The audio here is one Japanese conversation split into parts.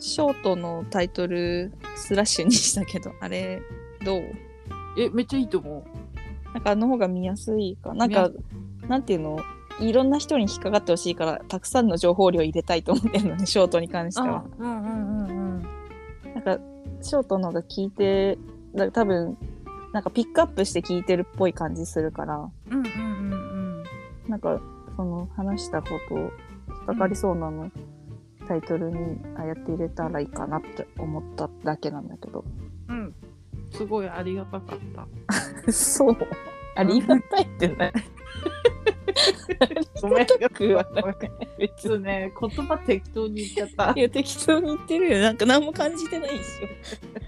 ショートのタイトルスラッシュにしたけど、あれ、どうえ、めっちゃいいと思う。なんかあの方が見やすいか。なんか、なんていうのいろんな人に引っかかってほしいから、たくさんの情報量入れたいと思ってるのね、ショートに関しては。うんうんうんうん。なんか、ショートのが聞いて、だ多分、なんかピックアップして聞いてるっぽい感じするから、うんうんうんうん。なんか、その話したこと、引っかかりそうなの、タイトルにああやって入れたらいいかなって思っただけなんだけど。うん。すごいありがたかった。そう。ありがたいってね。ごめよんくわかんない。別ちょっとね、言葉適当に言っちゃった い。や、適当に言ってるよ。なんか何も感じてない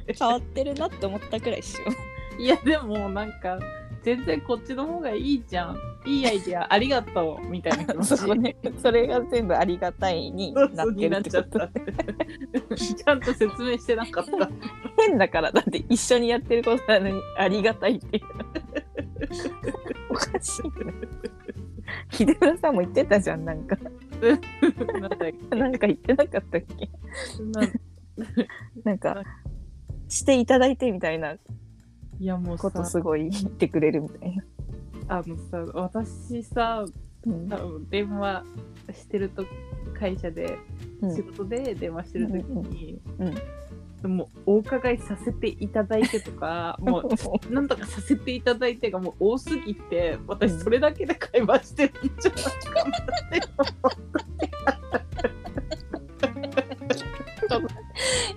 でしょ。変わってるなって思ったくらいでしょ。いや、でもなんか、全然こっちの方がいいじゃん。いいアイディア、ありがとう。みたいな気持ち。そこね、それが全部ありがたいにそうなそっうてにるなっってちゃこっとた。ちゃんと説明してなかった。変だからだって一緒にやってることなのにありがたいっていうおかしいよね秀村さんも言ってたじゃんなんかなんだっけなんか言ってなかったっけなんなんかしていただいてみたいないやもうことさすごい言ってくれるみたいな、あのさ私さうん多分電話してると会社で、うん仕事で電話してる時に、うんうんもうお伺いさせていただいてとかもうなんとかさせていただいてがもう多すぎて私それだけで会話してるんじゃないかなって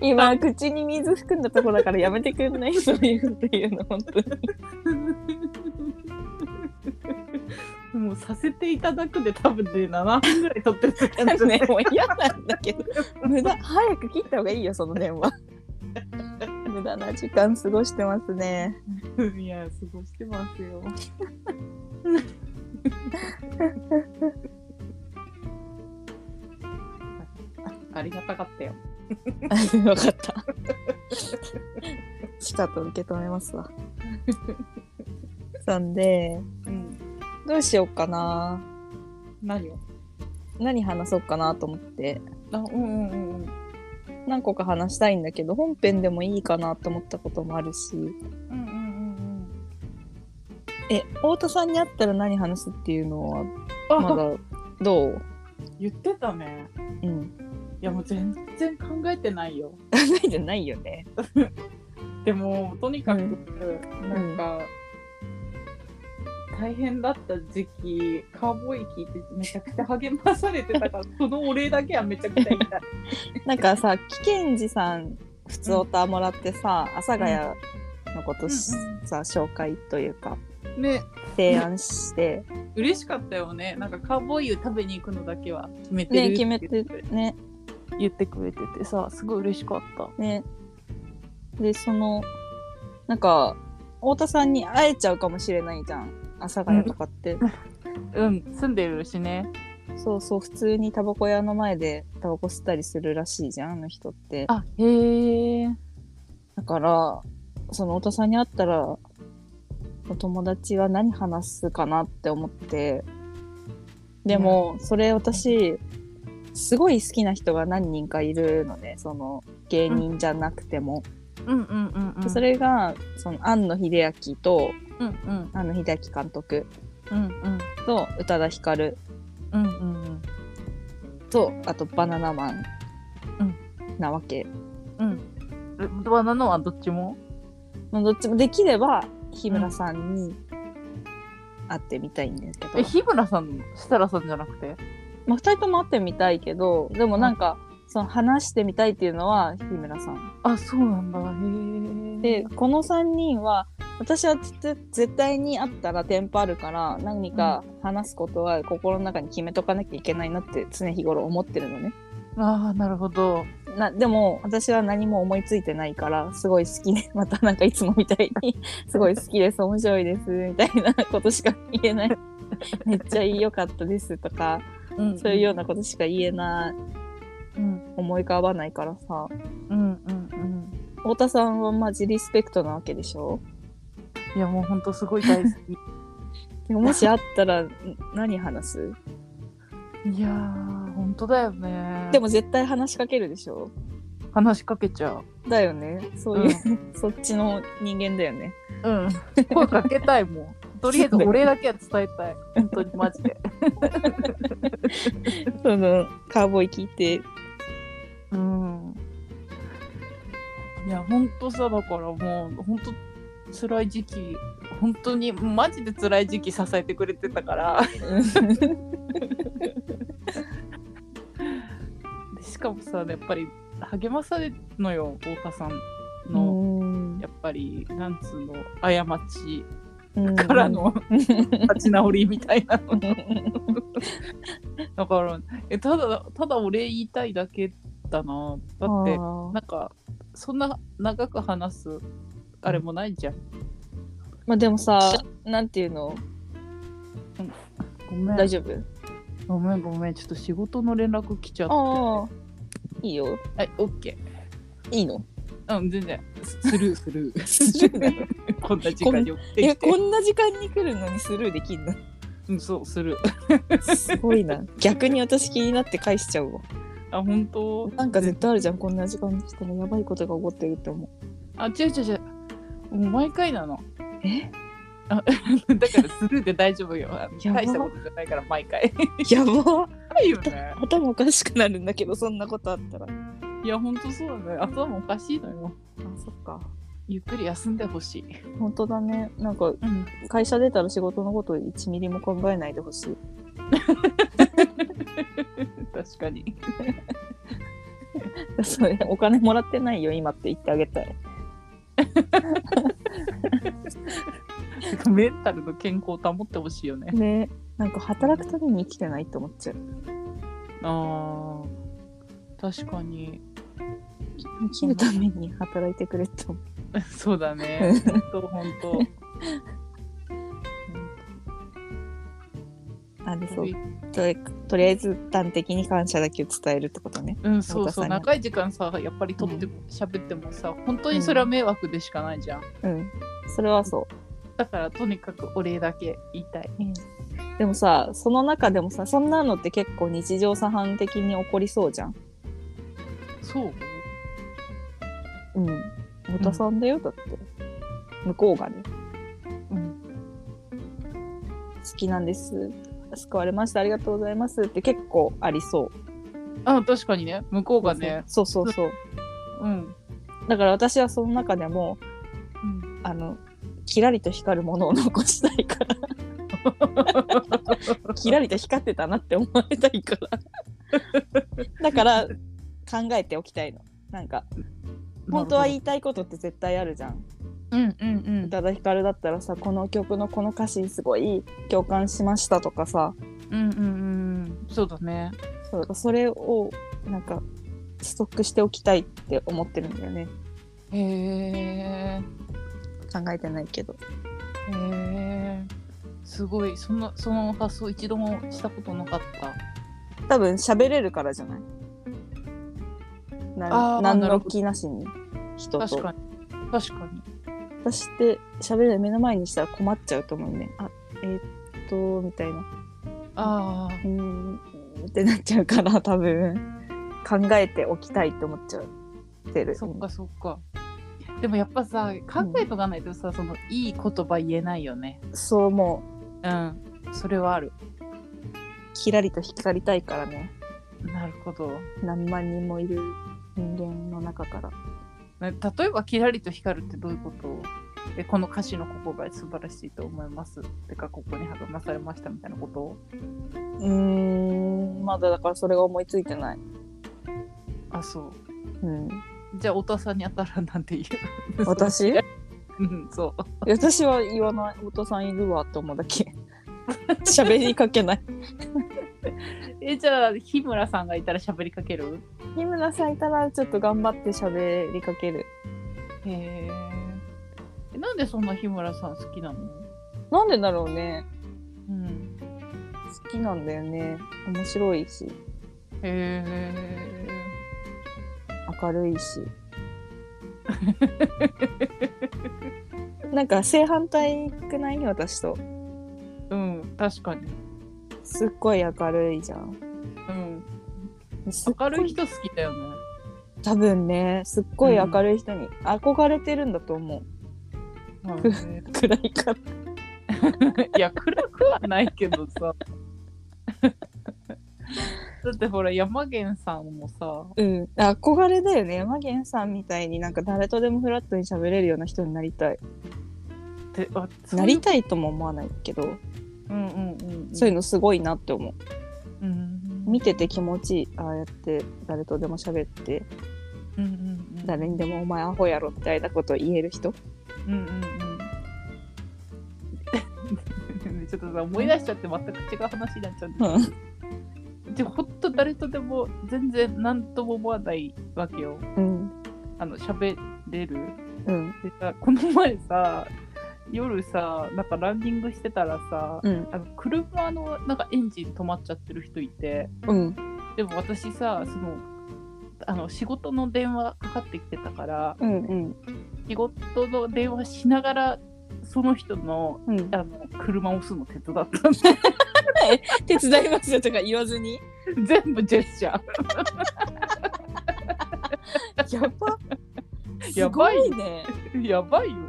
今口に水含んだとこだからやめてくんないそういうっていうの本当にもうさせていただくで多分で7分ぐらい取ってる時あるんじゃないねもう嫌なんだけど無駄早く切った方がいいよその電話無駄な時間過ごしてますねいや、過ごしてま すよ。ありがたかったよ。分かった。しかと受け止めますわ。そんで、うん。どうしようかな。何を何話そうかなと思って、あ、うんうんうんうん。何個か話したいんだけど、本編でもいいかなと思ったこともあるし、うんうんえ、太田さんに会ったら何話すっていうのは、うんまあ、だ どう言ってたね。うん。いや、もう全然考えてないよ。ないじゃないよね。でも、とにかく、なんか、大変だった時期、カウボーイ聞いてめちゃくちゃ励まされてたから、そのお礼だけはめちゃくちゃ痛い。なんか さ、危健児さん、普通オタもらってさ、阿佐ヶ谷のことしうんさ、紹介というか、 ね、提案して、嬉しかったよねなんかカーボーイを食べに行くのだけは決めてるね、決めてね、言ってくれててさすごい嬉しかったね。で、その、なんか、太田さんに会えちゃうかもしれないじゃん。阿佐ヶ谷とかって。うん住んでるしねそうそう、普通にタバコ屋の前でタバコ吸ったりするらしいじゃん、あの人って。あへえだから、その太田さんに会ったら、お友達は何話すかなって思って。でも、それ私、すごい好きな人が何人かいるので、その芸人じゃなくても。うんうんうん、うん、それが、その、庵野秀明と、うんうんあの秀明監督うんうんと宇多田ヒカルうんうんとあとバナナマンうんなわけ、うんうんバナナはどっちもまあどっちもできれば日村さんに会ってみたいんですけど、え日村さん設楽さんじゃなくてまあ、2人とも会ってみたいけどでもなんか、その話してみたいっていうのは日村さんあそうなんだへえでこの3人は私は絶絶対に会ったらテンパあるから何か話すことは心の中に決めとかなきゃいけないなって常日頃思ってるのねああなるほどなでも私は何も思いついてないからすごい好きで またなんかいつもみたいにすごい好きです面白いですみたいなことしか言えないめっちゃ良かったですとかうんそういうようなことしか言えないうん思い浮かばないからさうんうんうん太田さんはマジリスペクトなわけでしょいやもうほんとすごい大好き でももしあったらん何話すいやー、本当だよね。でも絶対話しかけるでしょ話しかけちゃう。だよねそういう、そっちの人間だよねうん。 声かけたいもん。とりあえずお礼だけは伝えたい。本当にマジで。そのカーボーイ聞いてうん。いや、本当さ、だからもう、本当辛い時期、本当にマジで辛い時期支えてくれてたから。でしかもさ、やっぱり励まされるのよ、太田さんの。のやっぱり、なんつうの、過ちからの 立ち直りみたいな のだからえただただお礼言いたいだけだなだってなんかそんな長く話すあれもないじゃんまあでもさなんていうのごめん大丈夫ごめんごめんちょっと仕事の連絡来ちゃってああいいよはいオッケいい のーうん全然 ススルースルースルーなこんな時間に送っえてきてこんな時間に来るのにスルーできんのうんそうスルーすごいな 逆に私気になって返しちゃうわあ本当なんか絶対あるじゃんこんな時間に来たらやばいことが起こってるって思うあ違う違う違うもう毎回なの えあだからスルーで大丈夫よあのやば大したことじゃないから毎回やばないよね頭おかしくなるんだけどそんなことあったらあいや、ほんとそうだね。頭おかしいのよ。そっかゆっくり休んでほしい。本当だねなんかうん。会社出たら仕事のこと1ミリも考えないでほしい確かに。それお金もらってないよ今って言ってあげたいメンタルの健康を保ってほしいよね。ねなんか働くために生きてないって思っちゃうああ。確かに。 生きるために働いてくれって思うそうだ ね。ほんと、ほんと。あれそうととりあえず端的に感謝だけを伝えるってことねうん、そ太う田さそんう。に長い時間さ、やっぱり撮っても、喋ってもさ、本当にそれは迷惑でしかないじゃん。うんそれはそだから、とにかくお礼だけ言いたい。う、でもさその中でもさそんなのって結構日常茶飯的に起こりそうじゃんそううん太田さんだよ、だって向こうがねうん。好きなんです救われましたありがとうございますって結構ありそうあ、確かにね。向こうがね。そうそうそううん。だから私はその中でもあのキラリと光るものを残したいから キラリと光ってたなって思われたいから だから考えておきたいのなんか 本当は言い。いたいことって絶対あるじゃん うんうんうん宇。多田ヒカルだったらさこの曲のこの歌詞にすごい共感しましたとかさうんうんうんそうだねそうだからそれをなんかストックしておきたいって思ってるんだよねへえ考えてないけどすごいそのその発想一度もしたことなかった多分喋れるからじゃないあなー何なるのほど気なしに人と確かに確かに私って喋るの目の前にしたら困っちゃうと思うねあえーっとみたいなああうーんってなっちゃうから多分考えておきたいって思っちゃってるそっかそっかでもやっぱさ考えとかないとさ、そのいい言葉言えないよねそう思ううんそれはあるキラリと光りたいからねなるほど何万人もいる人間の中からね例えば「キラリと光る」ってどういうことでこの歌詞のここが素晴らしいと思いますてかここに励まされましたみたいなことうーんまだだからそれが思いついてない、あそ ううん、じゃあ、お父さんに当たらなんて言う。私うん、 そう。 私は言わないお父さんいるわって思うだけ 喋りかけないえ、じゃあ、日村さんがいたら喋りかける日村さんいたらちょっと頑張って喋りかけるへえ。えなんでそんな日村さん好きなのなんでだろうねうん。好きなんだよね面白いしへえ。明るいし なんか正反対くない私とうん、確かに。すっごい明るいじゃんうん。すっご明るい人好きだよね。多分ねすっごい明るい人に憧れてるんだと思う、ま あね暗いからいや暗くはないけどさ だってほら山源さんもさうん憧れだよね山源さんみたいになんか誰とでもフラットに喋れるような人になりたいてあそうなりたいとも思わないけど、うんうんうんうんそういうのすごいなって思ううん見てて気持ちいいああやって誰とでも喋ってうんうんうん誰にでも「お前アホやろ」みたいなことを言える人うんうん うんちょっとさ思い出しちゃって全く違う話になっちゃうんだけどでほんと誰とでも全然何とも思わないわけようんあの喋れるうんでさこの前さ夜さなんかランニングしてたらさうんあの車のなんかエンジン止まっちゃってる人いてうんでも私さそのあの仕事の電話かかってきてたからうんうん仕事の電話しながらその人のうんあの車を押すの手伝ったんで手伝いますよとか言わずに 全部ジェスチャー や ばやばいすごいねやばいよね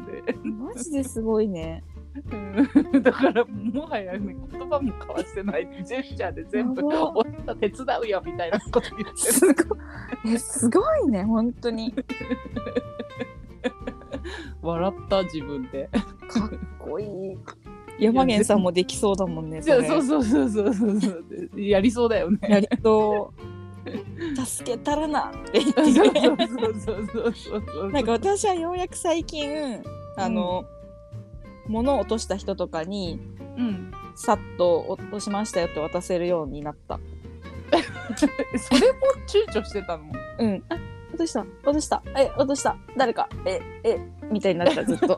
マジですごいねうんだからもはや、ね、言葉も交わしてないジェスチャーで全部やば「おった手伝うよ」みたいなこと言ってすごいえすごいね本当に笑った自分でかっこいい山源さんもできそうだもんねじゃあれそうそうそうそうそうそうやりそう だよねやりそう助けたらなって言っそうてねそうそうそうそうなんか私はようやく最近あの、物を落とした人とかにうんさっと落としましたよって渡せるようになったそれも躊躇してたのうんあ落とした落としたえ落とした誰かええみたいになったずっ と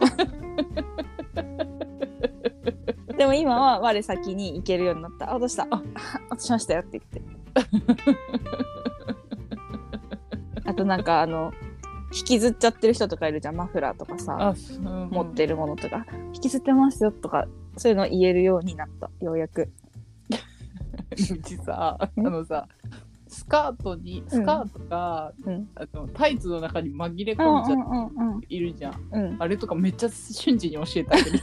でも今は我先に行けるようになったあ落としたあ 落としましたよって言って あとなんかあの引きずっちゃってる人とかいるじゃんマフラーとかさそう持持ってるものとか、引きずってますよとかそういうのを言えるようになったようやくうちさあんのさスカートにスカートが、うんあのタイツの中に紛れうん込んうじゃっんうんうんているじゃん、うんあれとかめっちゃ瞬時に教えてあげる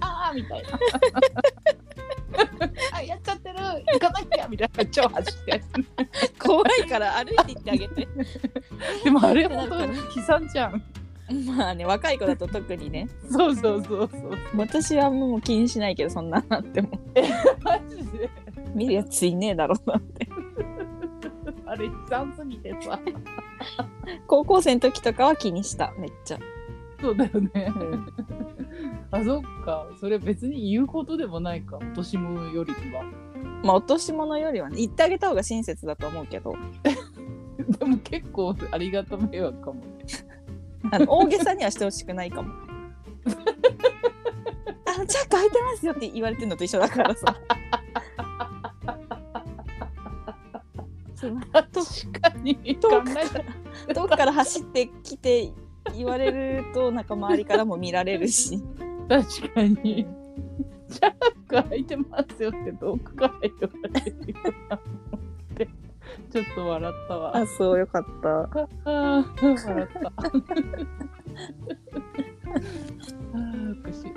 あーみたいなあやっちゃってる行かなきゃみたいな超走って怖いから歩いて行ってあげて でもあれ本当悲惨じゃんまあね若い子だと特にねそうそうそうそう私はもう気にしないけどそんななってもマジで見るやついねえだろう なあれ悲惨すぎてさ高校生の時とかは気にしためっちゃ、そうだよねうんあそっかそれ別に言うことでもないか落とし物よりはまあ落とし物よりはね言ってあげた方が親切だと思うけどでも結構ありがた迷惑かもねあの大げさにはしてほしくないか もあのチャック開いてますよって言われてるのと一緒だからさすいません確かに遠考くかえたらら 遠くから走ってきて言われるとなんか周りからも見られるし確かにジャック開いてますよって遠くから言われてるなってちょっと笑ったわあそうよかったあー 笑ったあーおかしい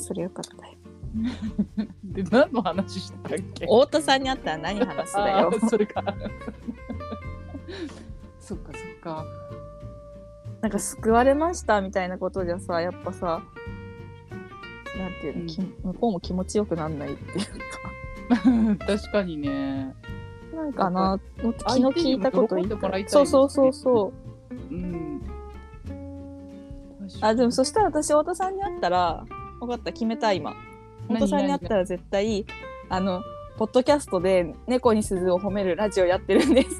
それよかったよで何の話してたっ け太田さんに会ったら何話すだよあーそれか。そっかそっか。なんか救われましたみたいなことじゃさやっぱさなんていうの、うんき向こうも気持ちよくなんないっていう確かにね。かなんかやな気の利いたこと言っ相手にも喜んでもらいたいそうそうそうそううん。あでもそしたら私太田さんに会ったら分かった決めた今太田さんに会ったら絶対あのポッドキャストで「猫に鈴を褒めるラジオやってるん です」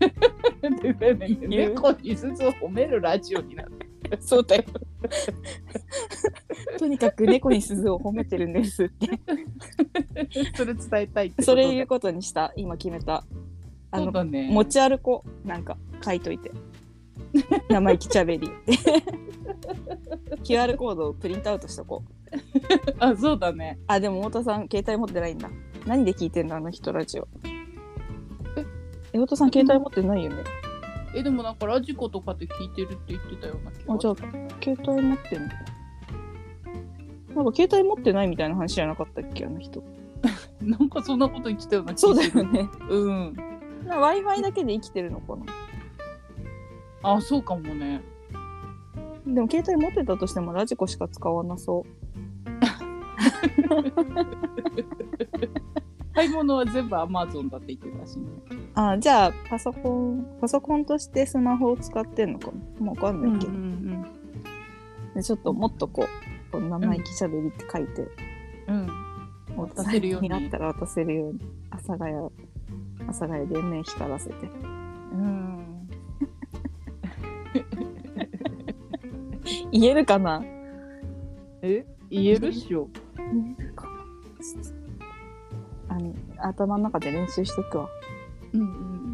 確かに言う猫に鈴を褒めるラジオになってそうだよ。 とにかく猫に鈴を褒めてるんですって。それ伝えたいってこ とそれ言うことにした、今決めた。あそうの、だね。持ち歩こう。なんか、書いといて。 生意気ちゃべり。QR コー ドをプリントアウトしとこう。あそうだね。あ、でも太田さん、携帯持ってないんだ。何で聞いてんだ、あの人ラジオ。えおとさん携帯持ってないよね。えでもなんかラジコとかで聞いてるって言ってたような気あ、じゃあ、携帯持ってんのなんか携帯持ってないみたいな話じゃなかったっけ、あの人。なんかそんなこと言ってたような気そうがだするよ ね。うん。な Wi-Fi だけで生きてるのかな。あ、そうかもね。でも携帯持ってたとしてもラジコしか使わなそ買い物は全部 Amazon だって言ってたしね。う。あ、じゃあパソコン、パソコンとしてスマホを使ってんのかな。もうわかんないけど、んでちょっともっとこう、こう生意気しゃべりって書いて、うん。うん。渡せるようになったら渡せるように。阿佐ヶ谷、阿佐ヶ谷で目光らせて。うん。言えるかなえ言えるっしょ。言えるかなちょっとあの頭の中で練習しとくわ。うんうん。